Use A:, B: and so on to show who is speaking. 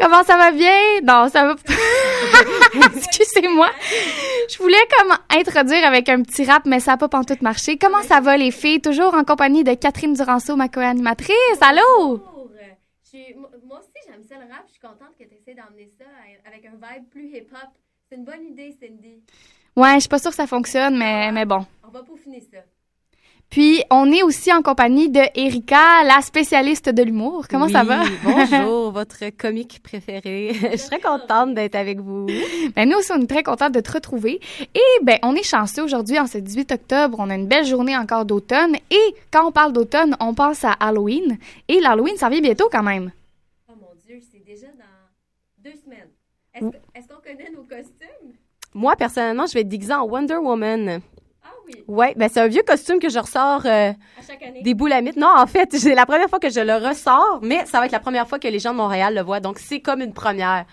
A: Comment ça va bien? Non, ça va. Excusez-moi. Je voulais comme introduire avec un petit rap, mais ça n'a pas pantoute marché. Comment ça va, les filles? Toujours en compagnie de Catherine Duranceau, ma co-animatrice. Allô?
B: Bonjour. Euh, Je suis- mo- Moi aussi, j'aime ça le rap. Je suis contente que tu essaies d'emmener ça à- avec un vibe plus hip-hop. C'est une bonne idée, Cindy.
A: Ouais, je suis pas sûre que ça fonctionne, mais, mais bon.
B: On va peaufiner ça.
A: Puis, on est aussi en compagnie de Erika, la spécialiste de l'humour. Comment ça
C: Oui,
A: va?
C: Bonjour, votre comique préféré. Je suis très contente d'être avec vous.
A: Ben, nous aussi, on est très contente de te retrouver. Et ben, on est chanceux aujourd'hui, en ce 18 octobre. On a une belle journée encore d'automne. Et quand on parle d'automne, on pense à Halloween. Et l'Halloween, ça vient bientôt quand même.
B: Oh mon Dieu, c'est déjà dans deux semaines. Est-ce que- est-ce qu'on connaît nos costumes?
C: Moi, personnellement, je vais être déguisée en Wonder Woman.
B: Ah oui,
C: Ouais, ben c'est un vieux costume que je ressors euh,
B: à chaque année.
C: des boulamites. Non, en fait, c'est la première fois que je le ressors, mais ça va être la première fois que les gens de Montréal le voient, donc c'est comme une première.